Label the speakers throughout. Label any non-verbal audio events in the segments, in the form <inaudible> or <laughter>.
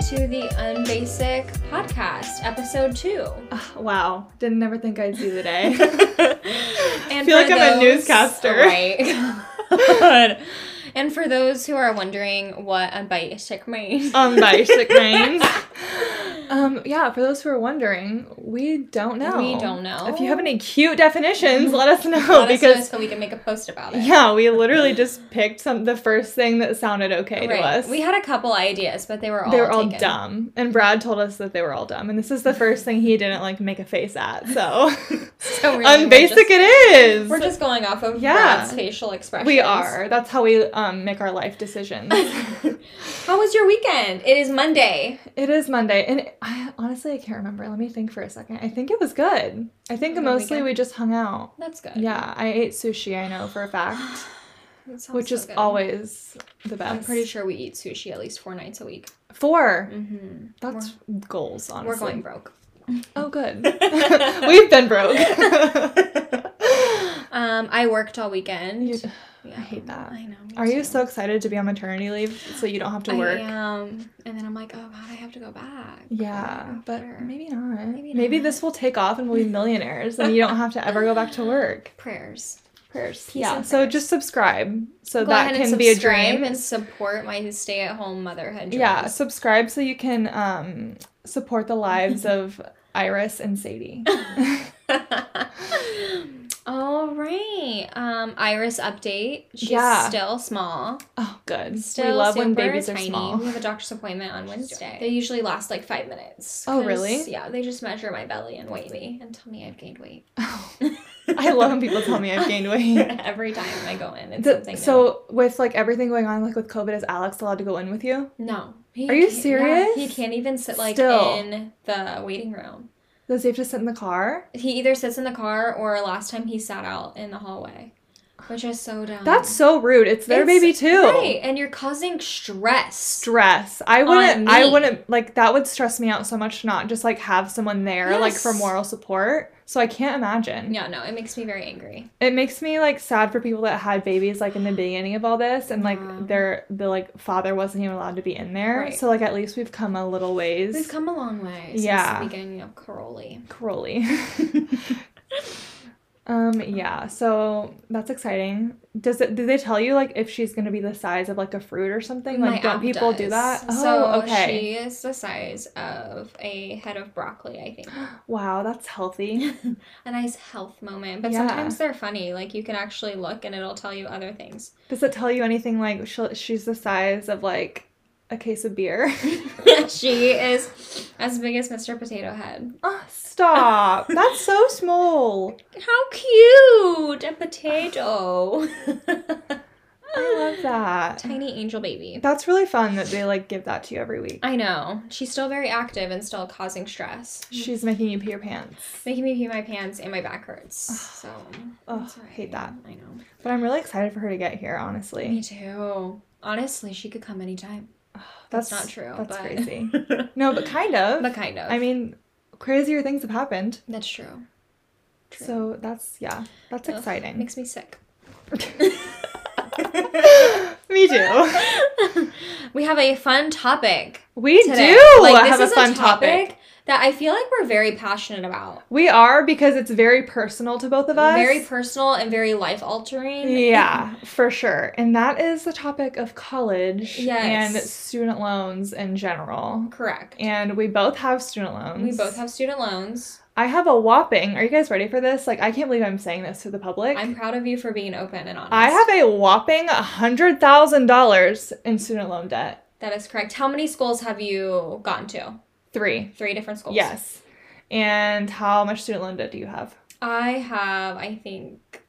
Speaker 1: to the Unbasic podcast, episode two.
Speaker 2: Wow, didn't ever think I'd see the
Speaker 1: <laughs>
Speaker 2: day.
Speaker 1: And
Speaker 2: Feel like
Speaker 1: for
Speaker 2: I'm a
Speaker 1: those-
Speaker 2: newscaster. <laughs>
Speaker 1: <laughs> Right. God. And for those who are wondering what unbasic means,
Speaker 2: um, by sick rains. Um, yeah, for those who are wondering, we don't know.
Speaker 1: We don't know. Mm-hmm.
Speaker 2: If you have any cute definitions, let us know
Speaker 1: let us know
Speaker 2: because
Speaker 1: so we can make a post about it.
Speaker 2: yeah, we literally just picked some the first thing that sounded okay to us.
Speaker 1: We had a couple ideas, but they were all
Speaker 2: they were all
Speaker 1: taken.
Speaker 2: dumb, and Brad told us that they were all dumb, and this is the first thing he didn't like make a face at.
Speaker 1: <laughs>
Speaker 2: So, <laughs>
Speaker 1: So Oh, really, we're
Speaker 2: unbasic
Speaker 1: just-
Speaker 2: it is.
Speaker 1: We're just going off of
Speaker 2: Yeah.
Speaker 1: Brad's facial expressions.
Speaker 2: we are. That's how we um, make our life decisions.
Speaker 1: <laughs> How was your weekend? It is Monday.
Speaker 2: It is Monday, and I honestly I can't remember. Let me think for a second. I think it was good. I think
Speaker 1: Good
Speaker 2: mostly
Speaker 1: weekend.
Speaker 2: we just hung out.
Speaker 1: That's good.
Speaker 2: Yeah, I ate sushi. I know for a
Speaker 1: <gasps>
Speaker 2: fact,
Speaker 1: That sounds
Speaker 2: which
Speaker 1: so
Speaker 2: is
Speaker 1: good.
Speaker 2: always the best.
Speaker 1: I'm pretty sure we eat sushi at least four nights a week.
Speaker 2: 4
Speaker 1: Mm-hmm.
Speaker 2: That's goals, honestly.
Speaker 1: We're going broke.
Speaker 2: Oh,
Speaker 1: <laughs>
Speaker 2: good. <laughs> We've been broke. <laughs>
Speaker 1: Um, I worked all weekend.
Speaker 2: You-
Speaker 1: Yeah.
Speaker 2: I hate that.
Speaker 1: I know. me
Speaker 2: Are you
Speaker 1: too.
Speaker 2: so excited to be on maternity leave so you don't have to work?
Speaker 1: I am. And then I'm like, oh god, I have to go back.
Speaker 2: Yeah, but
Speaker 1: After.
Speaker 2: maybe not.
Speaker 1: Maybe
Speaker 2: Maybe,
Speaker 1: not.
Speaker 2: this will take off and we'll be millionaires and you don't have to ever go back to work.
Speaker 1: prayers. Prayers. Peace
Speaker 2: yeah.
Speaker 1: and
Speaker 2: So
Speaker 1: prayers.
Speaker 2: just subscribe so
Speaker 1: Go
Speaker 2: that
Speaker 1: ahead and
Speaker 2: can be a
Speaker 1: subscribe
Speaker 2: dream.
Speaker 1: and support my stay-at-home motherhood.
Speaker 2: yeah,
Speaker 1: dreams.
Speaker 2: subscribe so you can um, support the
Speaker 1: <laughs>
Speaker 2: lives of Iris and Sadie. <laughs>
Speaker 1: All right. Um, Iris update. She's
Speaker 2: Yeah.
Speaker 1: still small.
Speaker 2: Oh, good.
Speaker 1: Still
Speaker 2: we love when
Speaker 1: super
Speaker 2: babies
Speaker 1: tiny.
Speaker 2: are small.
Speaker 1: We <laughs> have a doctor's appointment on Wednesday. They usually last like five minutes.
Speaker 2: Oh,
Speaker 1: 'cause,
Speaker 2: really?
Speaker 1: Yeah, they just measure my belly and weigh me and tell me I've gained weight.
Speaker 2: Oh.
Speaker 1: <laughs>
Speaker 2: I love when people tell me I've gained weight.
Speaker 1: Every time I go in, it's
Speaker 2: The-
Speaker 1: something. new.
Speaker 2: so with like everything going on, like with COVID, is Alex allowed to go in with you?
Speaker 1: no. He
Speaker 2: Are you
Speaker 1: can't- yeah,
Speaker 2: serious?
Speaker 1: he can't even sit like
Speaker 2: Still.
Speaker 1: in the waiting room.
Speaker 2: Does he have to sit in the car?
Speaker 1: He either sits in the car or last time he sat out in the hallway, which is so dumb.
Speaker 2: That's so rude. It's their
Speaker 1: It's-
Speaker 2: baby too.
Speaker 1: Right, and you're causing stress.
Speaker 2: stress. I wouldn't. I
Speaker 1: me.
Speaker 2: wouldn't like that. Would stress me out so much to not just like have someone there like for
Speaker 1: Yes.
Speaker 2: moral support. So I can't imagine.
Speaker 1: Yeah, no, it makes me very angry.
Speaker 2: It makes me like sad for people that had babies like in the beginning of all this and like
Speaker 1: Yeah.
Speaker 2: their the like father wasn't even allowed to be in there.
Speaker 1: Right.
Speaker 2: So like at least we've come a little ways.
Speaker 1: We've come a long way since
Speaker 2: Yeah.
Speaker 1: the beginning of Caroli.
Speaker 2: Crowley.
Speaker 1: <laughs>
Speaker 2: <laughs> um yeah, so that's exciting. Does it do they tell you like if she's gonna be the size of like a fruit or something? Like
Speaker 1: My
Speaker 2: don't
Speaker 1: app
Speaker 2: people do
Speaker 1: does.
Speaker 2: that?
Speaker 1: so
Speaker 2: oh, okay.
Speaker 1: she is the size of a head of broccoli, I think.
Speaker 2: <gasps> Wow, that's healthy.
Speaker 1: A nice health moment. But
Speaker 2: Yeah.
Speaker 1: sometimes they're funny. Like you can actually look and it'll tell you
Speaker 2: <laughs>
Speaker 1: other things.
Speaker 2: Does it tell you anything like she'll, she's the size of like a case of beer? <laughs>
Speaker 1: she is as big as Mr. Potato Head.
Speaker 2: oh, stop. That's so small.
Speaker 1: How cute! A
Speaker 2: <laughs>
Speaker 1: potato.
Speaker 2: I love that.
Speaker 1: Tiny angel baby.
Speaker 2: That's really fun that they like give that to you every week.
Speaker 1: I know. She's still very active and still causing stress.
Speaker 2: She's making you pee your pants.
Speaker 1: making me pee my pants and my back hurts. So
Speaker 2: Ugh,
Speaker 1: that's all
Speaker 2: hate that.
Speaker 1: I know.
Speaker 2: But I'm really excited for her to get here,
Speaker 1: Me
Speaker 2: honestly.
Speaker 1: too. Honestly, she could
Speaker 2: <laughs>
Speaker 1: come anytime.
Speaker 2: That's,
Speaker 1: That's, not true.
Speaker 2: That's
Speaker 1: but... <laughs>
Speaker 2: crazy. No, but kind of.
Speaker 1: but kind of.
Speaker 2: I mean, crazier things have happened.
Speaker 1: that's true. True.
Speaker 2: So that's yeah, that's
Speaker 1: Ugh, <laughs>
Speaker 2: exciting.
Speaker 1: Makes
Speaker 2: <laughs>
Speaker 1: me sick.
Speaker 2: me too.
Speaker 1: <laughs> we have a fun topic.
Speaker 2: We
Speaker 1: Today.
Speaker 2: do
Speaker 1: Like,
Speaker 2: have a fun topic.
Speaker 1: that I feel like we're very passionate about.
Speaker 2: We are because it's very personal to both of us.
Speaker 1: Very personal and very life altering.
Speaker 2: yeah, for sure. And that is the topic of college
Speaker 1: Yes.
Speaker 2: and student loans in general.
Speaker 1: Correct.
Speaker 2: And we both have student loans.
Speaker 1: we both have student loans.
Speaker 2: I have a whopping. Are you guys ready for this? Like, I can't believe I'm saying this to the public.
Speaker 1: I'm proud of you for being open and honest.
Speaker 2: I have a whopping hundred thousand dollars in student loan debt.
Speaker 1: That is correct. How many schools have you gotten to?
Speaker 2: Three.
Speaker 1: Three different schools.
Speaker 2: Yes. And how much student loan debt do you have?
Speaker 1: I have, I think,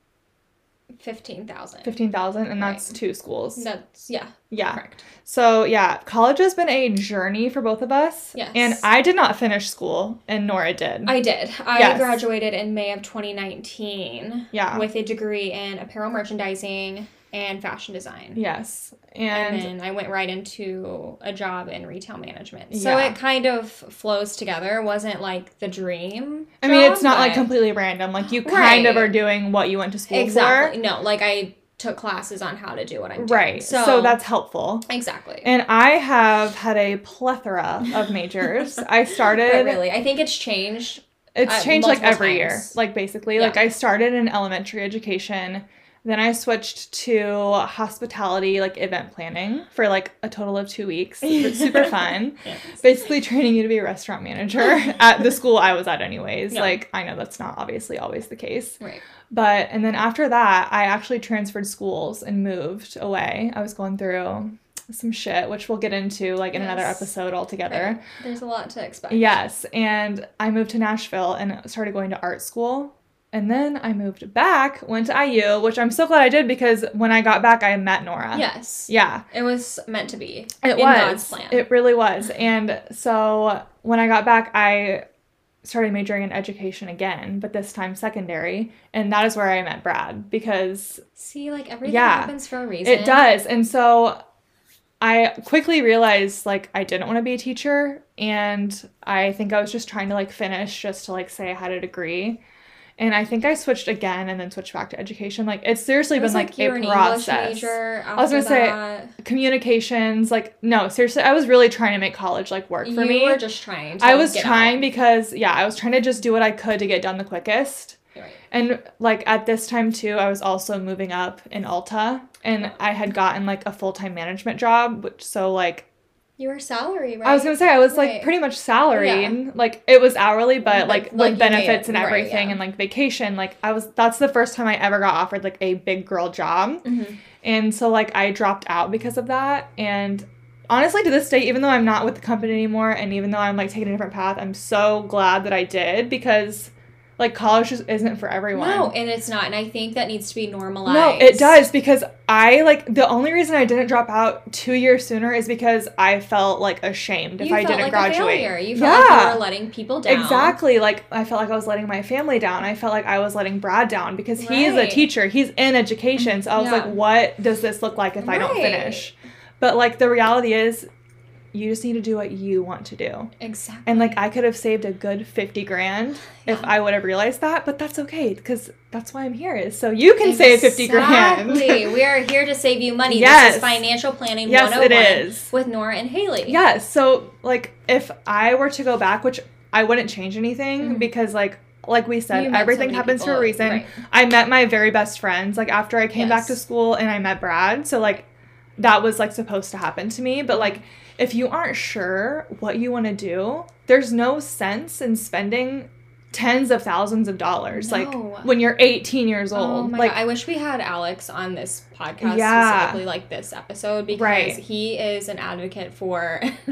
Speaker 1: fifteen thousand.
Speaker 2: Fifteen thousand, and
Speaker 1: Right.
Speaker 2: that's two schools.
Speaker 1: That's yeah,
Speaker 2: yeah.
Speaker 1: correct.
Speaker 2: So yeah, college has been a journey for both of us.
Speaker 1: Yes.
Speaker 2: And I did not finish school, and Nora did.
Speaker 1: I did. I
Speaker 2: Yes.
Speaker 1: graduated in May of 2019
Speaker 2: yeah.
Speaker 1: with a degree in apparel merchandising and fashion design.
Speaker 2: yes.
Speaker 1: And
Speaker 2: And
Speaker 1: then I went right into a job in retail management. So
Speaker 2: Yeah.
Speaker 1: it kind of flows together. It wasn't like the dream.
Speaker 2: I mean,
Speaker 1: job,
Speaker 2: it's not like
Speaker 1: but-
Speaker 2: completely random. Like you kind of
Speaker 1: Right.
Speaker 2: are doing what you went to school
Speaker 1: Exactly. No, like I took classes on how to do what I'm doing.
Speaker 2: Right. So, that's helpful.
Speaker 1: exactly.
Speaker 2: And I have had a plethora of
Speaker 1: <laughs>
Speaker 2: majors. I
Speaker 1: But
Speaker 2: started
Speaker 1: really, I think it's changed.
Speaker 2: It's
Speaker 1: Uh,
Speaker 2: changed like
Speaker 1: multiple
Speaker 2: every year.
Speaker 1: times.
Speaker 2: Like basically,
Speaker 1: Yeah.
Speaker 2: like I started in elementary education, then I switched to hospitality, like event planning for like a total of two weeks. It's
Speaker 1: <laughs>
Speaker 2: super fun. Basically, training you to be a restaurant manager at the school I was at, anyways.
Speaker 1: Yeah.
Speaker 2: Like I know that's not obviously always the case,
Speaker 1: Right.
Speaker 2: but and then after that, I actually transferred schools and moved away. I was going through some shit, which we'll get into like in another
Speaker 1: Yes.
Speaker 2: episode altogether.
Speaker 1: Right. There's a lot to expect.
Speaker 2: Yes, and I moved to Nashville and started going to art school. And then I moved back, went to IU, which I'm so glad I did because when I got back, I met Nora.
Speaker 1: Yes.
Speaker 2: Yeah,
Speaker 1: It was meant to be.
Speaker 2: it
Speaker 1: in
Speaker 2: was.
Speaker 1: God's plan.
Speaker 2: It really was. And so when I got back, I started majoring in education again, but this time secondary. And that is where I met Brad because
Speaker 1: See, like everything
Speaker 2: Yeah.
Speaker 1: happens for a reason.
Speaker 2: it does. And so I quickly realized like I didn't want to be a teacher and I think I was just trying to like finish just to like say I had a degree. And I think I switched again and then switched back to education. Like it's seriously
Speaker 1: It was
Speaker 2: been like,
Speaker 1: like, you were
Speaker 2: a
Speaker 1: an
Speaker 2: process.
Speaker 1: English major. After
Speaker 2: was gonna say,
Speaker 1: that.
Speaker 2: Communications, like no, seriously, I was really trying to make college like work for
Speaker 1: you
Speaker 2: me.
Speaker 1: were just trying. To
Speaker 2: I was
Speaker 1: get
Speaker 2: trying
Speaker 1: out.
Speaker 2: because yeah, I was trying to just do what I could to get done the quickest.
Speaker 1: Right.
Speaker 2: And like at this time too, I was also moving up in Alta, and I had gotten like a full time management job, which so like
Speaker 1: You were salary, right?
Speaker 2: I was gonna say I was like
Speaker 1: Right.
Speaker 2: pretty much salaried, like it was hourly, but
Speaker 1: But,
Speaker 2: like,
Speaker 1: like,
Speaker 2: with
Speaker 1: you made
Speaker 2: benefits
Speaker 1: it,
Speaker 2: and
Speaker 1: right,
Speaker 2: everything,
Speaker 1: yeah.
Speaker 2: and like vacation. Like I was that's the first time I ever got offered like a big girl job,
Speaker 1: Mhm.
Speaker 2: and so like I dropped out because of that, and. Honestly, to this day, even though I'm not with the company anymore, and even though I'm like taking a different path, I'm so glad that I did because, like, college just isn't for everyone.
Speaker 1: No, and it's not. And I think that needs to be normalized.
Speaker 2: No, it does because I like the only reason I didn't drop out two years sooner is because I felt like ashamed if
Speaker 1: you
Speaker 2: I
Speaker 1: felt
Speaker 2: didn't
Speaker 1: like a
Speaker 2: graduate.
Speaker 1: failure. You felt like
Speaker 2: Yeah.
Speaker 1: you were letting people down.
Speaker 2: Exactly. Like I felt like I was letting my family down. I felt like I was letting Brad down because he is a
Speaker 1: Right.
Speaker 2: teacher. He's in education. So I was
Speaker 1: Yeah.
Speaker 2: like, what does this look like if I don't
Speaker 1: Right.
Speaker 2: finish? But like the reality is you just need to do what you want to do.
Speaker 1: Exactly.
Speaker 2: And like I could have saved a good 50 grand if I would have realized that, but that's okay cuz that's why I'm here is so you can save 50 grand.
Speaker 1: Exactly. we are here to save you money.
Speaker 2: Yes.
Speaker 1: This is financial planning
Speaker 2: Yes, it
Speaker 1: 101
Speaker 2: is.
Speaker 1: with Nora and Haley.
Speaker 2: Yeah, so like if I were to go back, which I wouldn't change anything
Speaker 1: Mhm.
Speaker 2: because like like we said,
Speaker 1: You met so
Speaker 2: everything
Speaker 1: many
Speaker 2: happens for a
Speaker 1: people,
Speaker 2: reason.
Speaker 1: right.
Speaker 2: I met my very best friends like after I came back
Speaker 1: Yes.
Speaker 2: to school and I met Brad. So like that was like supposed to happen to me, but like if you aren't sure what you want to do, there's no sense in spending tens of thousands of dollars
Speaker 1: No.
Speaker 2: like when you're 18 years old.
Speaker 1: Oh my
Speaker 2: like
Speaker 1: god! I wish we had Alex on this podcast
Speaker 2: Yeah.
Speaker 1: specifically, like this episode, because
Speaker 2: Right.
Speaker 1: he is an advocate for <laughs>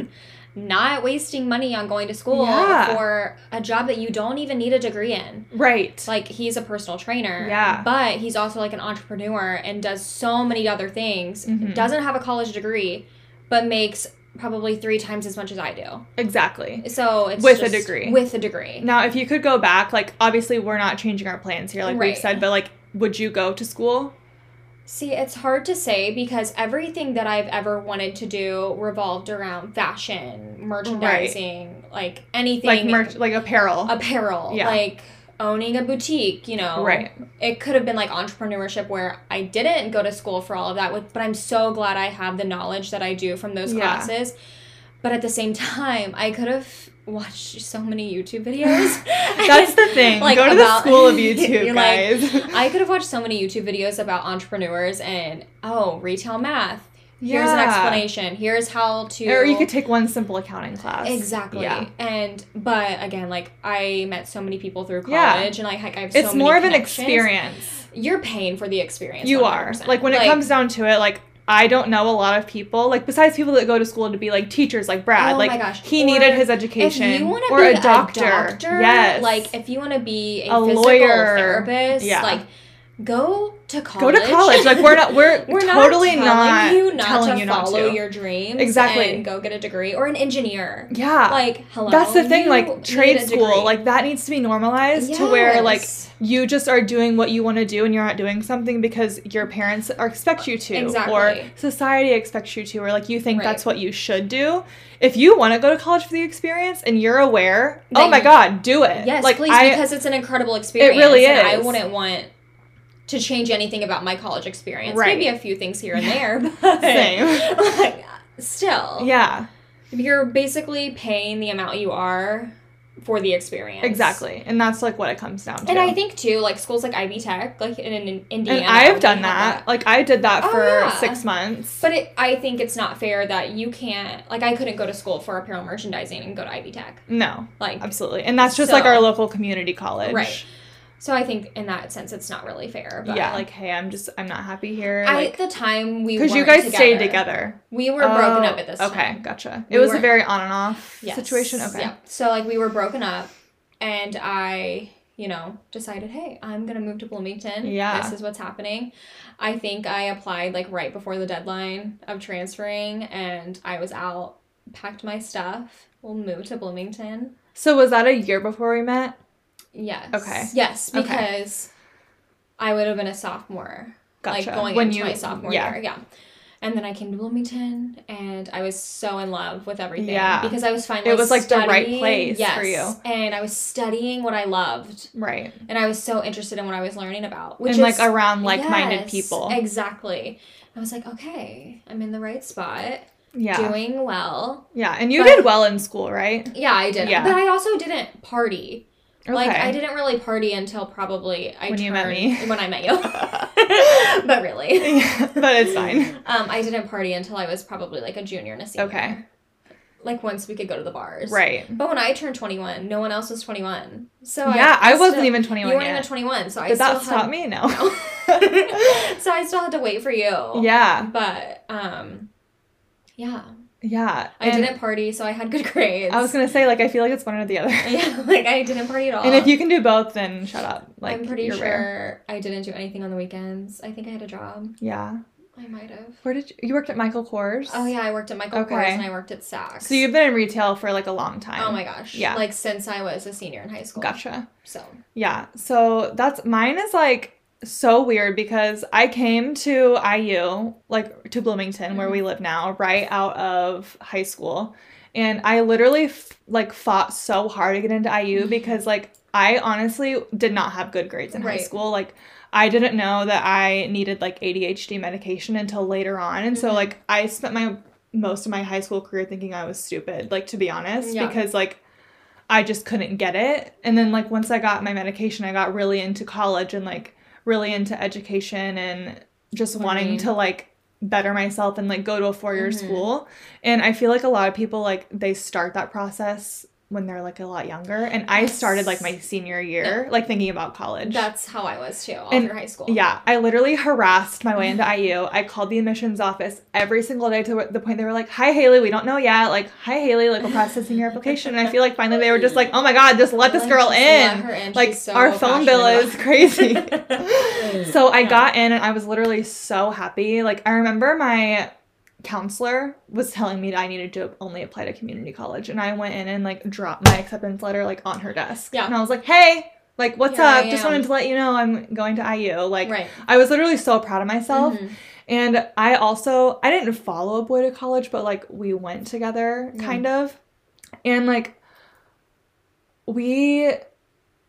Speaker 1: not wasting money on going to school
Speaker 2: Yeah.
Speaker 1: for a job that you don't even need a degree in.
Speaker 2: right.
Speaker 1: Like he's a personal trainer,
Speaker 2: Yeah.
Speaker 1: but he's also like an entrepreneur and does so many other things.
Speaker 2: Mhm.
Speaker 1: Doesn't have a college degree, but makes probably three times as much as I do.
Speaker 2: exactly.
Speaker 1: So it's
Speaker 2: With a
Speaker 1: just-
Speaker 2: degree.
Speaker 1: With a degree.
Speaker 2: Now, if you could go back, like obviously we're not changing our plans here, like
Speaker 1: Right.
Speaker 2: we've said, but like, would you go to school?
Speaker 1: See, it's hard to say because everything that I've ever wanted to do revolved around fashion, merchandising, like anything
Speaker 2: Like merch, like apparel,
Speaker 1: apparel,
Speaker 2: Yeah.
Speaker 1: like owning a boutique, you know.
Speaker 2: right?
Speaker 1: It could have been like entrepreneurship where I didn't go to school for all of that, with- but I'm so glad I have the knowledge that I do from those
Speaker 2: Yeah.
Speaker 1: classes. But at the same time, I could have watched so many YouTube videos.
Speaker 2: <laughs> <laughs>
Speaker 1: <laughs>
Speaker 2: That's the thing.
Speaker 1: Like,
Speaker 2: go to
Speaker 1: about-
Speaker 2: the school of YouTube,
Speaker 1: <laughs> You're like,
Speaker 2: guys.
Speaker 1: I could have watched so many YouTube videos about entrepreneurs and oh, retail math. Here's an
Speaker 2: <laughs> Yeah.
Speaker 1: explanation. Here's how to
Speaker 2: Or you could take one simple accounting class.
Speaker 1: Exactly.
Speaker 2: Yeah.
Speaker 1: And but again, like I met so many people through college
Speaker 2: Yeah.
Speaker 1: and like I have so
Speaker 2: It's
Speaker 1: many
Speaker 2: more of an
Speaker 1: connections.
Speaker 2: experience.
Speaker 1: You're paying for the experience.
Speaker 2: You are.
Speaker 1: 100%.
Speaker 2: Like when it comes down to it, like I don't know a lot of people, like besides people that go to school to be like teachers, like Brad.
Speaker 1: Oh
Speaker 2: like
Speaker 1: my gosh.
Speaker 2: he
Speaker 1: Or
Speaker 2: needed his
Speaker 1: if
Speaker 2: education,
Speaker 1: you want to
Speaker 2: or
Speaker 1: be
Speaker 2: a doctor. yes.
Speaker 1: like if you want to be a,
Speaker 2: A
Speaker 1: physical
Speaker 2: lawyer.
Speaker 1: therapist,
Speaker 2: Yeah.
Speaker 1: like go to
Speaker 2: go
Speaker 1: college.
Speaker 2: to college. Like we're not. We're,
Speaker 1: <laughs> We're
Speaker 2: totally
Speaker 1: not
Speaker 2: not
Speaker 1: telling you not
Speaker 2: telling
Speaker 1: to
Speaker 2: you not
Speaker 1: follow
Speaker 2: to.
Speaker 1: your dreams
Speaker 2: Exactly.
Speaker 1: and go get a degree or an engineer.
Speaker 2: yeah.
Speaker 1: Like hello,
Speaker 2: That's the thing,
Speaker 1: you
Speaker 2: like trade
Speaker 1: need a
Speaker 2: school,
Speaker 1: degree.
Speaker 2: like that needs to be normalized to where like
Speaker 1: Yes.
Speaker 2: you just are doing what you want to do and you're not doing something because your parents are expect you to, or
Speaker 1: Exactly.
Speaker 2: society expects you to, or like you think
Speaker 1: Right.
Speaker 2: that's what you should do. If you want to go to college for the experience and you're aware,
Speaker 1: That
Speaker 2: oh my
Speaker 1: you-
Speaker 2: god, do it.
Speaker 1: yes,
Speaker 2: like
Speaker 1: please
Speaker 2: I
Speaker 1: because it's an incredible experience.
Speaker 2: really
Speaker 1: and I
Speaker 2: is.
Speaker 1: wouldn't want to change anything about my college experience.
Speaker 2: Right.
Speaker 1: Maybe a few things here
Speaker 2: <laughs>
Speaker 1: and there, but
Speaker 2: Same.
Speaker 1: <laughs> like, still.
Speaker 2: Yeah,
Speaker 1: You're basically paying the amount you are for the experience.
Speaker 2: exactly. And that's like what it comes down to.
Speaker 1: And I think too, like schools like Ivy Tech, like in, in Indiana.
Speaker 2: And I have
Speaker 1: they
Speaker 2: done
Speaker 1: have
Speaker 2: that. Like I did that
Speaker 1: Oh,
Speaker 2: for
Speaker 1: yeah.
Speaker 2: six months.
Speaker 1: But it, I think it's not fair that you can't. Like, I couldn't go to school for apparel merchandising and go to Ivy Tech.
Speaker 2: no,
Speaker 1: Like,
Speaker 2: absolutely. And that's just like
Speaker 1: So-
Speaker 2: our local community college.
Speaker 1: Right. so I think in that sense, it's not really fair. But
Speaker 2: yeah. Like, hey, I'm just I'm not happy here.
Speaker 1: I, at the time we
Speaker 2: because
Speaker 1: because
Speaker 2: you guys stayed together.
Speaker 1: We were broken
Speaker 2: Oh,
Speaker 1: up at this
Speaker 2: okay,
Speaker 1: time.
Speaker 2: gotcha.
Speaker 1: We
Speaker 2: it was a
Speaker 1: weren't-
Speaker 2: very on and off
Speaker 1: Yes.
Speaker 2: situation. Okay.
Speaker 1: Yeah. So like we were broken up, and I, you know, decided, hey, I'm gonna move to Bloomington.
Speaker 2: Yeah.
Speaker 1: This is what's happening. I think I applied like right before the deadline of transferring, and I was out, packed my stuff, we'll move to Bloomington.
Speaker 2: So was that a year before we met?
Speaker 1: Yes.
Speaker 2: Okay.
Speaker 1: Yes,
Speaker 2: Okay.
Speaker 1: because I would have been a sophomore.
Speaker 2: Gotcha.
Speaker 1: Like going
Speaker 2: When
Speaker 1: into
Speaker 2: you-
Speaker 1: my sophomore
Speaker 2: yeah.
Speaker 1: year. Yeah. And then I came to Bloomington and I was so in love with everything.
Speaker 2: Yeah.
Speaker 1: Because I was finally
Speaker 2: It was, like, the right
Speaker 1: studying-
Speaker 2: place for you.
Speaker 1: And I was studying what I loved.
Speaker 2: Right.
Speaker 1: And I was so interested in what I was learning about. Which
Speaker 2: and
Speaker 1: is
Speaker 2: like around like-minded
Speaker 1: Yes,
Speaker 2: people.
Speaker 1: Exactly. I was like, okay, I'm in the right spot,
Speaker 2: yeah.
Speaker 1: doing well.
Speaker 2: yeah. And you
Speaker 1: but-
Speaker 2: did well in school, right?
Speaker 1: Yeah, I did.
Speaker 2: Yeah.
Speaker 1: But I also didn't party.
Speaker 2: Okay.
Speaker 1: Like I didn't really party until probably I
Speaker 2: When
Speaker 1: turned,
Speaker 2: you met me.
Speaker 1: when I met
Speaker 2: <laughs>
Speaker 1: you. <laughs> but really,
Speaker 2: Yeah, <laughs> but it's
Speaker 1: <laughs>
Speaker 2: fine.
Speaker 1: um, I didn't party until I was probably like a junior and a senior.
Speaker 2: Okay.
Speaker 1: Like once we could go to the bars.
Speaker 2: Right.
Speaker 1: But when I turned twenty one, no one else was twenty one. So
Speaker 2: yeah, I, wasn't
Speaker 1: still-
Speaker 2: even 21
Speaker 1: You weren't
Speaker 2: yet.
Speaker 1: even twenty one, so I
Speaker 2: Did
Speaker 1: still
Speaker 2: that
Speaker 1: had,
Speaker 2: stop me? No.
Speaker 1: <laughs>
Speaker 2: <laughs>
Speaker 1: so I still had to wait for you.
Speaker 2: yeah.
Speaker 1: But um, yeah,
Speaker 2: Yeah.
Speaker 1: I
Speaker 2: And
Speaker 1: didn't party, so I had good <laughs> grades.
Speaker 2: I was going to say, like, I feel like it's one or the other.
Speaker 1: <laughs> yeah, like I didn't party at all.
Speaker 2: <laughs> and if you can do both, then shut up. Like,
Speaker 1: I'm pretty
Speaker 2: you're
Speaker 1: sure
Speaker 2: rare.
Speaker 1: I didn't do anything on the weekends. I think I had a job.
Speaker 2: Yeah.
Speaker 1: I might have.
Speaker 2: Where did you, you worked at Michael Kors?
Speaker 1: Oh yeah, I worked at Michael
Speaker 2: Okay.
Speaker 1: Kors and I worked at Saks.
Speaker 2: So you've been in retail for like a long time.
Speaker 1: Oh my gosh.
Speaker 2: Yeah.
Speaker 1: Like since I was a senior in high school.
Speaker 2: Gotcha.
Speaker 1: So
Speaker 2: Yeah. So that's mine is like so weird because I came to IU, like to Bloomington, where
Speaker 1: Mm-hmm.
Speaker 2: we live now, right out of high school. And I literally f- like fought so hard to get into
Speaker 1: Mm-hmm.
Speaker 2: IU because like I honestly did not have good grades in
Speaker 1: Right.
Speaker 2: high school. Like I didn't know that I needed like ADHD medication until later on. And so
Speaker 1: Mhm.
Speaker 2: like I spent my most of my high school career thinking I was stupid, like to be honest,
Speaker 1: Yeah.
Speaker 2: because like I just couldn't get it. And then like once I got my medication, I got really into college and like really into education and just wanting
Speaker 1: Learning.
Speaker 2: to like better myself and like go to a four-year
Speaker 1: Mhm.
Speaker 2: school. And I feel like a lot of people like they start that process when they're like a lot younger. And I started like my senior year, like thinking about college.
Speaker 1: that's how I was too all
Speaker 2: And-
Speaker 1: through high school.
Speaker 2: Yeah, I literally harassed my way into IU. I called the admissions office every single day to the point they were like, "Hi Haley, we don't know yet." Like, "Hi Haley, like we're processing your application." And I feel like finally they were just like, "Oh my god, just let this
Speaker 1: Like,
Speaker 2: girl
Speaker 1: just let
Speaker 2: in."
Speaker 1: her in.
Speaker 2: Like
Speaker 1: She's so
Speaker 2: our phone bill
Speaker 1: passionate
Speaker 2: is crazy.
Speaker 1: <laughs> about-
Speaker 2: so I
Speaker 1: Yeah.
Speaker 2: got in and I was literally so happy. Like I remember my counselor was telling me that I needed to only apply to community college and I went in and like dropped my acceptance letter like on her desk.
Speaker 1: Yeah.
Speaker 2: And I was like, "Hey, like what's
Speaker 1: Here I
Speaker 2: up? Just
Speaker 1: am."
Speaker 2: wanted to let you know I'm going to IU." Like
Speaker 1: Right.
Speaker 2: I was literally so proud of myself.
Speaker 1: Mhm.
Speaker 2: And I also I didn't follow a boy to college, but like we went together
Speaker 1: Yeah.
Speaker 2: kind of. And like we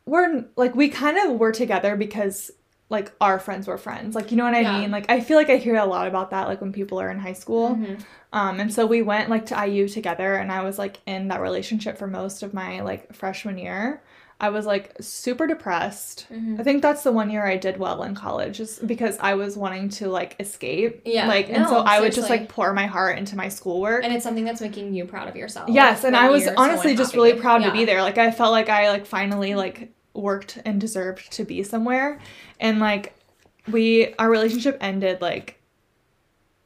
Speaker 2: were like we kind of were together because like our friends were friends. Like you know what I
Speaker 1: Yeah.
Speaker 2: mean? Like I feel like I hear a lot about that like when people are in high school.
Speaker 1: Mhm.
Speaker 2: Um and so we went like to IU together and I was like in that relationship for most of my like freshman year. I was like super depressed.
Speaker 1: Mhm.
Speaker 2: I think that's the one year I did well in college, just because I was wanting to like escape.
Speaker 1: Yeah,
Speaker 2: Like, and so
Speaker 1: no,
Speaker 2: I would just
Speaker 1: seriously.
Speaker 2: like pour my heart into my schoolwork.
Speaker 1: And it's something that's making you proud of yourself.
Speaker 2: yes, and
Speaker 1: when
Speaker 2: I was
Speaker 1: you're so
Speaker 2: honestly just
Speaker 1: unhappy.
Speaker 2: really proud
Speaker 1: Yeah.
Speaker 2: to be there. Like, I felt like I like finally like worked and deserved to be somewhere, and like we our relationship ended like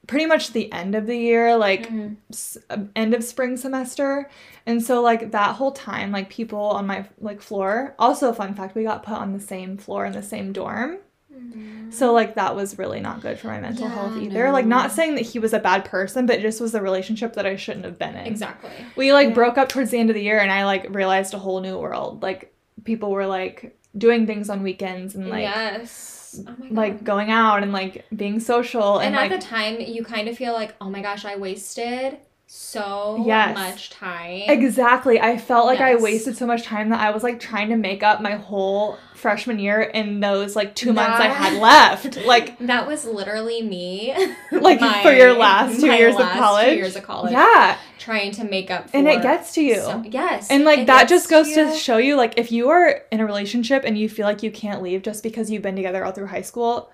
Speaker 2: pretty much the end of the year, like
Speaker 1: Mhm.
Speaker 2: s- um, end of spring semester and so like that whole time like people on my like floor also fun fact we got put on the same floor in the same dorm
Speaker 1: Mm-hmm.
Speaker 2: so like that was really not good for my mental
Speaker 1: Yeah,
Speaker 2: health
Speaker 1: I
Speaker 2: either like not
Speaker 1: know.
Speaker 2: saying that he was a bad person but it just was a relationship that i shouldn't have been in
Speaker 1: Exactly.
Speaker 2: we like
Speaker 1: Yeah.
Speaker 2: broke up towards the end of the year and i like realized a whole new world like people were like doing things on weekends and like
Speaker 1: yes. Oh my God.
Speaker 2: like going out and like being social and,
Speaker 1: and
Speaker 2: like
Speaker 1: at the time you kind of feel like, oh my gosh, I wasted so
Speaker 2: Yes.
Speaker 1: much time.
Speaker 2: Exactly. I felt like I
Speaker 1: Yes.
Speaker 2: wasted so much time that I was like trying to make up my whole freshman year in those like two months I
Speaker 1: That-
Speaker 2: had left.
Speaker 1: <laughs>
Speaker 2: Like
Speaker 1: That was literally me. <laughs>
Speaker 2: Like, for your last two
Speaker 1: my
Speaker 2: years of
Speaker 1: last
Speaker 2: college?
Speaker 1: Two years of college.
Speaker 2: yeah,
Speaker 1: Trying to make up for
Speaker 2: and it gets to you.
Speaker 1: so- yes.
Speaker 2: and like
Speaker 1: it
Speaker 2: that
Speaker 1: gets
Speaker 2: just goes to
Speaker 1: you.
Speaker 2: show you like if you are in a relationship and you feel like you can't leave just because you've been together all through high school,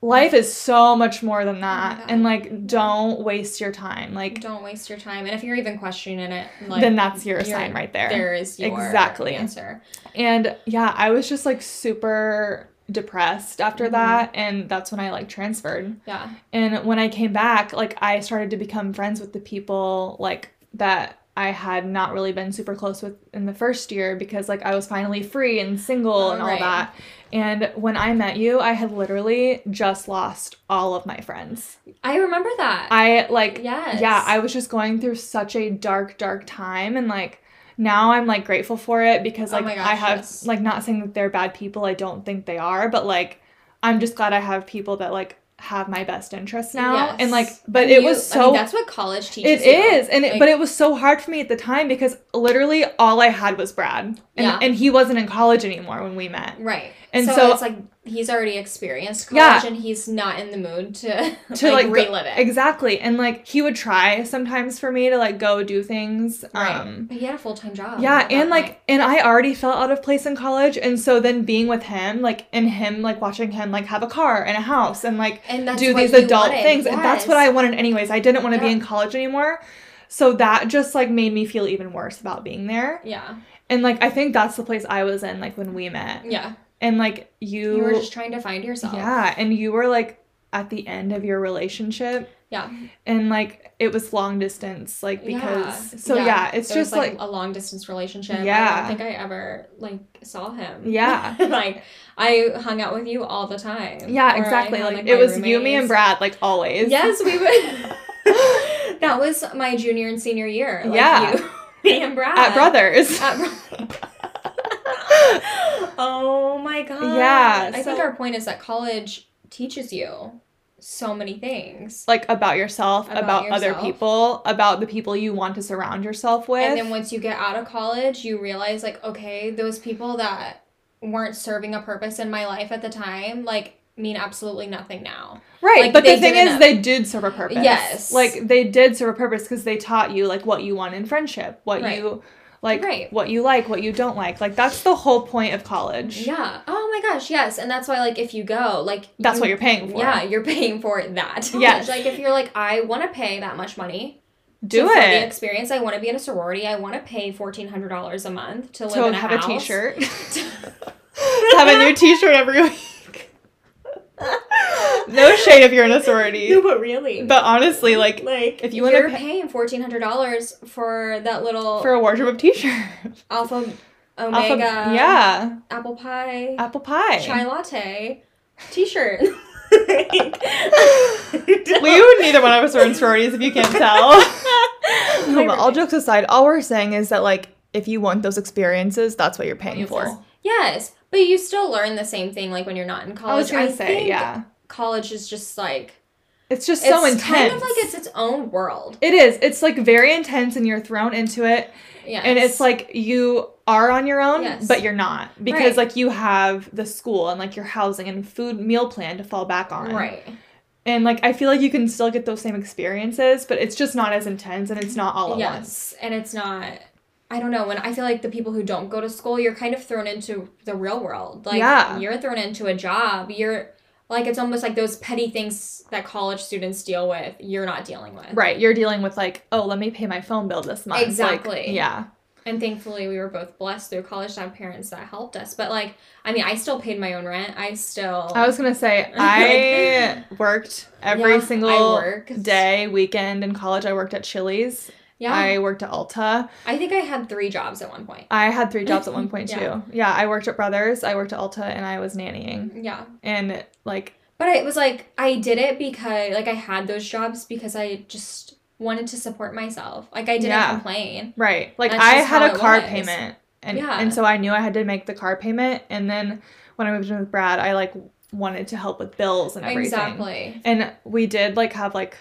Speaker 2: life is so much more than that.
Speaker 1: God.
Speaker 2: and like don't waste your time. Like
Speaker 1: don't waste your time. And if you're even questioning it, like
Speaker 2: then that's your
Speaker 1: you're-
Speaker 2: sign right there.
Speaker 1: there is your
Speaker 2: Exactly.
Speaker 1: answer.
Speaker 2: And yeah, I was just like super depressed after that and that's when I like transferred.
Speaker 1: Yeah.
Speaker 2: And when I came back, like I started to become friends with the people like that I had not really been super close with in the first year because like I was finally free and single and all
Speaker 1: Right.
Speaker 2: that. And when I met you, I had literally just lost all of my friends.
Speaker 1: I remember that.
Speaker 2: I like
Speaker 1: yes.
Speaker 2: yeah, I was just going through such a dark dark time and like now I'm like grateful for it because
Speaker 1: Oh
Speaker 2: like
Speaker 1: my gosh,
Speaker 2: I have
Speaker 1: yes.
Speaker 2: like not saying that they're bad people, I don't think they are, but like I'm just glad I have people that like have my best interests now. And like
Speaker 1: Yes.
Speaker 2: but
Speaker 1: And
Speaker 2: it
Speaker 1: you-
Speaker 2: was
Speaker 1: I
Speaker 2: so
Speaker 1: mean, that's what college
Speaker 2: it
Speaker 1: teaches. you.
Speaker 2: is and it,
Speaker 1: Like,
Speaker 2: but it was so hard for me at the time because literally all I had was Brad. And
Speaker 1: Yeah.
Speaker 2: and he wasn't in college anymore when we met.
Speaker 1: Right.
Speaker 2: And
Speaker 1: And so,
Speaker 2: so-
Speaker 1: it's like he's already experienced
Speaker 2: Yeah.
Speaker 1: college and he's not in the mood to,
Speaker 2: To
Speaker 1: <laughs> like,
Speaker 2: like, go-
Speaker 1: relive it.
Speaker 2: Exactly. And like he would try sometimes for me to like go do things.
Speaker 1: Right.
Speaker 2: Um
Speaker 1: but he had a full time job.
Speaker 2: yeah
Speaker 1: at that
Speaker 2: and like
Speaker 1: point.
Speaker 2: and i already felt out of place in college and so then being with him like and him like watching him like have a car and a house and like
Speaker 1: and that's
Speaker 2: do
Speaker 1: what
Speaker 2: these
Speaker 1: you
Speaker 2: adult
Speaker 1: wanted.
Speaker 2: things and that's what i
Speaker 1: Yes.
Speaker 2: wanted anyways i didn't want to be
Speaker 1: Yeah.
Speaker 2: in college anymore so that just like made me feel even worse about being there
Speaker 1: Yeah.
Speaker 2: and like i think that's the place i was in like when we met
Speaker 1: Yeah.
Speaker 2: and like you,
Speaker 1: You were just trying to find yourself.
Speaker 2: yeah and you were like at the end of your relationship
Speaker 1: Yeah.
Speaker 2: and like it it was long distance like because so yeah, it's
Speaker 1: It was,
Speaker 2: just like
Speaker 1: a long distance relationship.
Speaker 2: Yeah.
Speaker 1: I don't think I ever like saw him.
Speaker 2: Yeah.
Speaker 1: <laughs> like I hung out with you all the time. Or
Speaker 2: Yeah,
Speaker 1: I
Speaker 2: exactly.
Speaker 1: had,
Speaker 2: Like,
Speaker 1: my
Speaker 2: it was you, me,
Speaker 1: roommates.
Speaker 2: and Brad, like always.
Speaker 1: Yes, we
Speaker 2: <laughs>
Speaker 1: would. that was my junior and senior year. Like
Speaker 2: Yeah.
Speaker 1: you, <laughs> me and Brad.
Speaker 2: At Brothers.
Speaker 1: At bro- <laughs> oh my god.
Speaker 2: Yeah,
Speaker 1: I think
Speaker 2: so-
Speaker 1: our point is that college teaches you so many things.
Speaker 2: <laughs> like about yourself,
Speaker 1: About
Speaker 2: about, other
Speaker 1: yourself.
Speaker 2: people, about the people you want to surround yourself with.
Speaker 1: And then once you get out of college, you realize like, okay, those people that weren't serving a purpose in my life at the time, like mean absolutely nothing now.
Speaker 2: right.
Speaker 1: like,
Speaker 2: but the
Speaker 1: they
Speaker 2: thing
Speaker 1: didn't
Speaker 2: is
Speaker 1: know-
Speaker 2: they did serve a purpose.
Speaker 1: Yes.
Speaker 2: Like they did serve a purpose because they taught you like what you want in friendship, what
Speaker 1: Right.
Speaker 2: you like
Speaker 1: Right.
Speaker 2: what you like, what you don't like. Like that's the whole point of college.
Speaker 1: Yeah. Oh my gosh, yes. And that's why like if you go, like
Speaker 2: That's
Speaker 1: you-
Speaker 2: what you're paying for.
Speaker 1: Yeah, you're paying for that. <laughs>
Speaker 2: Yes.
Speaker 1: like if you're like, I want to pay that much money
Speaker 2: Do
Speaker 1: for the
Speaker 2: it.
Speaker 1: experience. I want to be in a sorority. I want to pay fourteen hundred dollars a month to live
Speaker 2: So
Speaker 1: in a
Speaker 2: have
Speaker 1: house.
Speaker 2: a t <laughs> shirt. have a new t shirt every
Speaker 1: <laughs>
Speaker 2: week. no shade if you're in a sorority.
Speaker 1: <laughs> No, but really.
Speaker 2: But honestly, like,
Speaker 1: like
Speaker 2: if you wanna
Speaker 1: you're
Speaker 2: pay-
Speaker 1: paying fourteen hundred dollars for that little
Speaker 2: for a wardrobe of t-shirts.
Speaker 1: alpha
Speaker 2: <laughs> Off
Speaker 1: omega
Speaker 2: of- yeah,
Speaker 1: apple pie
Speaker 2: apple pie.
Speaker 1: chai latte t-shirt we
Speaker 2: We neither one of us are in sororities, if you
Speaker 1: <laughs>
Speaker 2: can't tell. No, but all
Speaker 1: roommate.
Speaker 2: jokes aside, all we're saying is that like, if you want those experiences, that's what you're paying for.
Speaker 1: yes but you still learn the same thing like when you're not in college
Speaker 2: I was gonna say,
Speaker 1: think
Speaker 2: yeah,
Speaker 1: college is just like
Speaker 2: it's just so
Speaker 1: it's
Speaker 2: intense.
Speaker 1: kind of like it's its own world
Speaker 2: it is. It's like very intense, and you're thrown into it,
Speaker 1: yeah
Speaker 2: and it's like you are on your own,
Speaker 1: Yes.
Speaker 2: but you're not because
Speaker 1: Right.
Speaker 2: like you have the school and like your housing and food meal plan to fall back on.
Speaker 1: right
Speaker 2: And like I feel like you can still get those same experiences, but it's just not as intense and it's not all at once.
Speaker 1: yes and it's not i don't know when i feel like the people who don't go to school you're kind of thrown into the real world like
Speaker 2: Yeah.
Speaker 1: you're thrown into a job you're like it's almost like those petty things that college students deal with you're not dealing with
Speaker 2: Right. You're dealing with like, oh, let me pay my phone bill this month. Like,
Speaker 1: Exactly.
Speaker 2: yeah.
Speaker 1: and thankfully we were both blessed through college to have parents that helped us but like i mean i still paid my own rent i still
Speaker 2: I was gonna say
Speaker 1: <laughs>
Speaker 2: I worked every
Speaker 1: Yeah, I
Speaker 2: single
Speaker 1: worked.
Speaker 2: day, weekend in college. I worked at Chili's.
Speaker 1: yeah I,
Speaker 2: I worked at Ulta.
Speaker 1: think i had three jobs at one point
Speaker 2: I had three jobs at one point
Speaker 1: <laughs> Yeah.
Speaker 2: too. Yeah, I worked at Brothers. I worked at Ulta, and I was nannying.
Speaker 1: yeah
Speaker 2: And like,
Speaker 1: but I, it was like i did it because like i had those jobs because i just wanted to support myself like i didn't
Speaker 2: Yeah.
Speaker 1: complain
Speaker 2: right, like
Speaker 1: That's
Speaker 2: I
Speaker 1: just
Speaker 2: had
Speaker 1: how
Speaker 2: a
Speaker 1: it
Speaker 2: car
Speaker 1: was.
Speaker 2: payment, and
Speaker 1: Yeah.
Speaker 2: and so I knew I had to make the car payment. And then when I moved in with Brad, I like wanted to help with bills and everything.
Speaker 1: Exactly.
Speaker 2: And we did like have like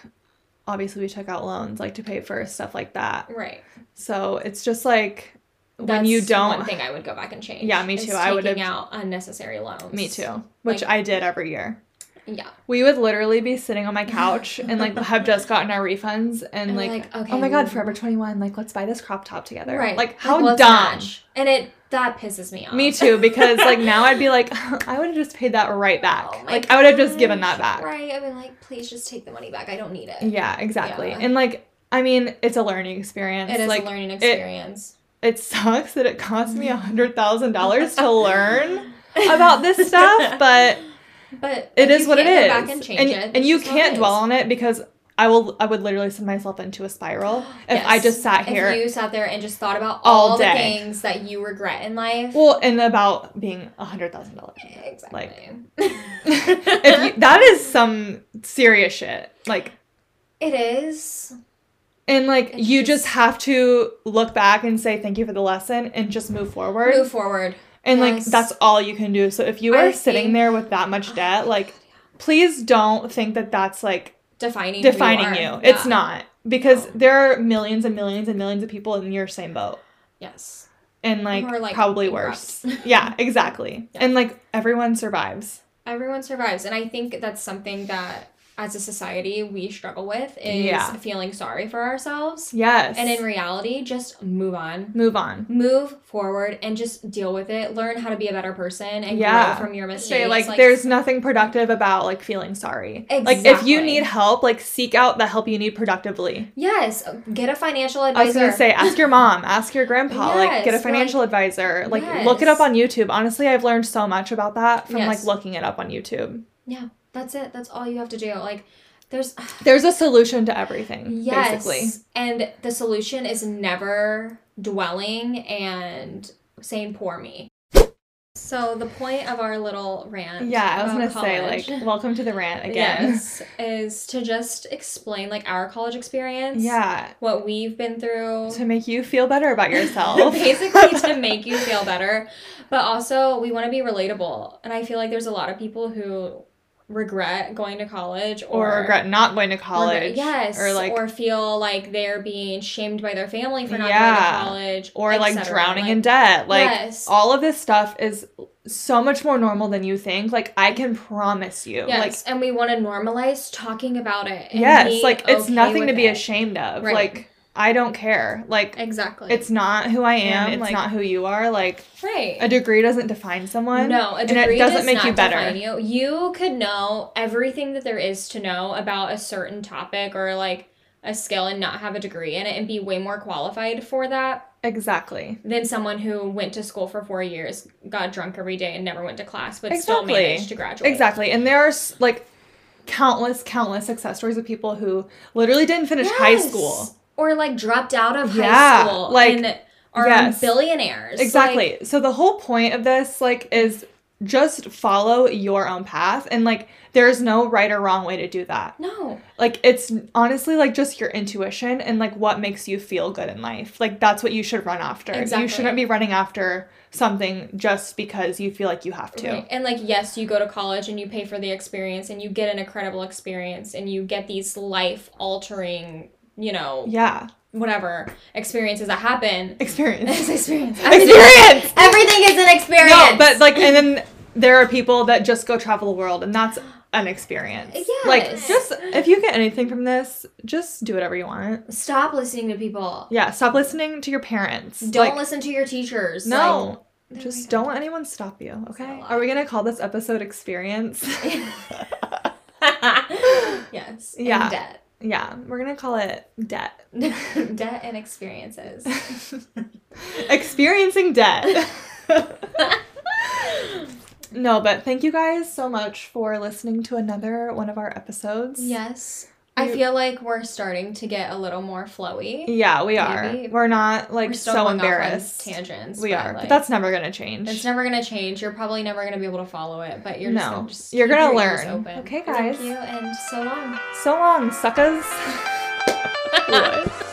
Speaker 2: obviously we took out loans like to pay for stuff like that.
Speaker 1: Right.
Speaker 2: So it's just like when you
Speaker 1: That's
Speaker 2: don't
Speaker 1: one thing I would go back and change.
Speaker 2: Yeah, me
Speaker 1: is
Speaker 2: too. I would
Speaker 1: taking
Speaker 2: have-
Speaker 1: out unnecessary loans.
Speaker 2: me too, which
Speaker 1: Like-
Speaker 2: I did every year.
Speaker 1: Yeah.
Speaker 2: We would literally be sitting on my
Speaker 1: <laughs>
Speaker 2: couch and like have just gotten our refunds and,
Speaker 1: And we're
Speaker 2: like,
Speaker 1: like, okay,
Speaker 2: oh my god,
Speaker 1: we-
Speaker 2: Forever 21, like let's buy this crop top together.
Speaker 1: Right.
Speaker 2: Like how
Speaker 1: let's
Speaker 2: dumb.
Speaker 1: match. And it that pisses me off.
Speaker 2: Me too, because like now I'd be like, <laughs> I would have just paid that right back.
Speaker 1: <laughs> Oh my
Speaker 2: like I would have just given
Speaker 1: gosh.
Speaker 2: that back.
Speaker 1: Right. I've been like, please just take the money back. I don't need it.
Speaker 2: Yeah, exactly.
Speaker 1: Yeah.
Speaker 2: And like, I mean, it's a learning experience.
Speaker 1: It is
Speaker 2: like,
Speaker 1: a learning Mm-hmm. experience.
Speaker 2: it sucks that it cost me a hundred thousand dollars
Speaker 1: <laughs>
Speaker 2: to learn about this stuff, but
Speaker 1: but
Speaker 2: it
Speaker 1: if
Speaker 2: is
Speaker 1: you
Speaker 2: what it
Speaker 1: can't
Speaker 2: is.
Speaker 1: go back and change it.
Speaker 2: and
Speaker 1: it's
Speaker 2: you
Speaker 1: just what it
Speaker 2: can't dwell
Speaker 1: is.
Speaker 2: on it because I will. I would literally send myself into a spiral if I
Speaker 1: Yes.
Speaker 2: just sat here.
Speaker 1: If you sat there and just thought about all,
Speaker 2: All
Speaker 1: the
Speaker 2: day.
Speaker 1: things that you regret in life.
Speaker 2: well, and about being a hundred thousand
Speaker 1: <laughs>
Speaker 2: dollars.
Speaker 1: exactly.
Speaker 2: like- <laughs> If you, that is some serious shit. Like,
Speaker 1: <laughs> it is.
Speaker 2: and like
Speaker 1: It's
Speaker 2: you just
Speaker 1: just-
Speaker 2: have to look back and say thank you for the lesson and just move forward.
Speaker 1: Move forward.
Speaker 2: And like
Speaker 1: Yes.
Speaker 2: that's all you can do. So if you
Speaker 1: I
Speaker 2: are sitting
Speaker 1: think-
Speaker 2: there with that much debt, like please don't think that that's like
Speaker 1: Defining who
Speaker 2: defining you.
Speaker 1: you. are.
Speaker 2: It's
Speaker 1: Yeah.
Speaker 2: not because
Speaker 1: No.
Speaker 2: there are millions and millions and millions of people in your same boat
Speaker 1: Yes.
Speaker 2: and like,
Speaker 1: Who are, like,
Speaker 2: probably
Speaker 1: bankrupt.
Speaker 2: worse. yeah, exactly.
Speaker 1: <laughs> Yeah.
Speaker 2: And like everyone survives.
Speaker 1: Everyone survives, and I think that's something that as a society we struggle with is
Speaker 2: Yeah.
Speaker 1: feeling sorry for ourselves.
Speaker 2: Yes.
Speaker 1: And in reality, just move on.
Speaker 2: move on.
Speaker 1: Move forward and just deal with it. Learn how to be a better person and
Speaker 2: Yeah.
Speaker 1: grow from your mistakes.
Speaker 2: Say like, there's nothing productive about like feeling sorry. Like if
Speaker 1: Exactly.
Speaker 2: you need help, like seek out the help you need productively.
Speaker 1: yes, get a financial advisor.
Speaker 2: I was gonna say, ask your mom, ask your grandpa, like get a
Speaker 1: Yes, like-
Speaker 2: financial advisor, like look it
Speaker 1: Yes.
Speaker 2: up on YouTube. Honestly, I've learned so much about that from
Speaker 1: Yes.
Speaker 2: like looking it up on YouTube.
Speaker 1: That's it. That's all you have to do. Like, there's
Speaker 2: There's a solution to everything,
Speaker 1: yes,
Speaker 2: basically.
Speaker 1: and the solution is never dwelling and saying "poor me." So the point of our little rant,
Speaker 2: Yeah, I was
Speaker 1: about
Speaker 2: gonna say
Speaker 1: college-
Speaker 2: like, welcome to the rant again.
Speaker 1: yes, is to just explain like our college experience,
Speaker 2: Yeah,
Speaker 1: what we've
Speaker 2: <laughs>
Speaker 1: been through,
Speaker 2: to make you feel better
Speaker 1: <laughs>
Speaker 2: about yourself.
Speaker 1: basically to make you feel better but also we want to be relatable and i feel like there's a lot of people who regret going to college
Speaker 2: <laughs> or
Speaker 1: or,
Speaker 2: regret not going to
Speaker 1: regret-
Speaker 2: college.
Speaker 1: yes
Speaker 2: or like, or,
Speaker 1: feel like they're being shamed by their family for not
Speaker 2: Yeah.
Speaker 1: going to college et
Speaker 2: like
Speaker 1: cetera.
Speaker 2: drowning in debt. Like
Speaker 1: yes.
Speaker 2: all of this stuff is so much more normal than you think. Like I can promise you.
Speaker 1: yes
Speaker 2: Like
Speaker 1: and we want to normalize talking about it and
Speaker 2: yes
Speaker 1: being
Speaker 2: like it's
Speaker 1: okay
Speaker 2: nothing to
Speaker 1: with
Speaker 2: be
Speaker 1: it.
Speaker 2: ashamed of
Speaker 1: Right.
Speaker 2: like i don't care like
Speaker 1: exactly
Speaker 2: it's not who i am
Speaker 1: Yeah,
Speaker 2: it's
Speaker 1: like-
Speaker 2: not who you are like
Speaker 1: right
Speaker 2: a degree doesn't define someone
Speaker 1: No, a
Speaker 2: and it
Speaker 1: degree
Speaker 2: doesn't
Speaker 1: does
Speaker 2: make you
Speaker 1: not
Speaker 2: better.
Speaker 1: define You. you could know everything that there is to know about a certain topic or like a skill and not have a degree in it and be way more qualified for that
Speaker 2: exactly
Speaker 1: than someone who went to school for four years, got drunk every day, and never went to class, but still
Speaker 2: Exactly.
Speaker 1: managed to graduate.
Speaker 2: exactly and there are s- like countless countless success stories of people who literally didn't finish high
Speaker 1: Yes.
Speaker 2: school
Speaker 1: Or like dropped out of
Speaker 2: Yeah,
Speaker 1: high school
Speaker 2: like,
Speaker 1: and are
Speaker 2: yes.
Speaker 1: billionaires.
Speaker 2: exactly
Speaker 1: Like,
Speaker 2: so the whole point of this like is just follow your own path and like there's no right or wrong way to do that
Speaker 1: no.
Speaker 2: like it's honestly like just your intuition and like what makes you feel good in life like that's what you should run after
Speaker 1: Exactly.
Speaker 2: you shouldn't be running after something just because you feel like you have to
Speaker 1: Right. And like, yes, you go to college and you pay for the experience and you get an incredible experience and you get these life altering, you know,
Speaker 2: yeah
Speaker 1: whatever experiences that happen.
Speaker 2: experience
Speaker 1: It's <laughs> experience.
Speaker 2: experience
Speaker 1: Everything is an experience.
Speaker 2: no but like and then there are people that just go travel the world and that's an experience like
Speaker 1: Yes.
Speaker 2: just if you get anything from this just do whatever you want
Speaker 1: stop listening to people.
Speaker 2: yeah stop listening to your parents
Speaker 1: Don't
Speaker 2: Like,
Speaker 1: listen to your teachers.
Speaker 2: no
Speaker 1: Like,
Speaker 2: just don't let anyone stop you okay
Speaker 1: a lot.
Speaker 2: are we gonna call this episode
Speaker 1: <laughs>
Speaker 2: experience <laughs>
Speaker 1: yes.
Speaker 2: Yeah.
Speaker 1: And debt. <laughs>
Speaker 2: Yeah, we're gonna call it debt.
Speaker 1: debt and experiences.
Speaker 2: Experiencing
Speaker 1: <laughs>
Speaker 2: debt. no, but thank you guys so much for listening to another one of our episodes.
Speaker 1: yes. I
Speaker 2: You-
Speaker 1: feel like we're starting to get a little more flowy.
Speaker 2: Yeah, we are.
Speaker 1: Maybe.
Speaker 2: We're not Mm, like
Speaker 1: We're still
Speaker 2: so
Speaker 1: going off on
Speaker 2: embarrassed.
Speaker 1: tangents.
Speaker 2: We
Speaker 1: but,
Speaker 2: are.
Speaker 1: like,
Speaker 2: but that's never gonna change.
Speaker 1: It's never gonna change. You're probably never gonna be able to follow it, but you're just
Speaker 2: No.
Speaker 1: gonna just
Speaker 2: You're
Speaker 1: keep
Speaker 2: gonna
Speaker 1: your ears
Speaker 2: learn.
Speaker 1: Open.
Speaker 2: Okay, guys.
Speaker 1: <laughs> Thank you, and so long.
Speaker 2: so long, suckas. What?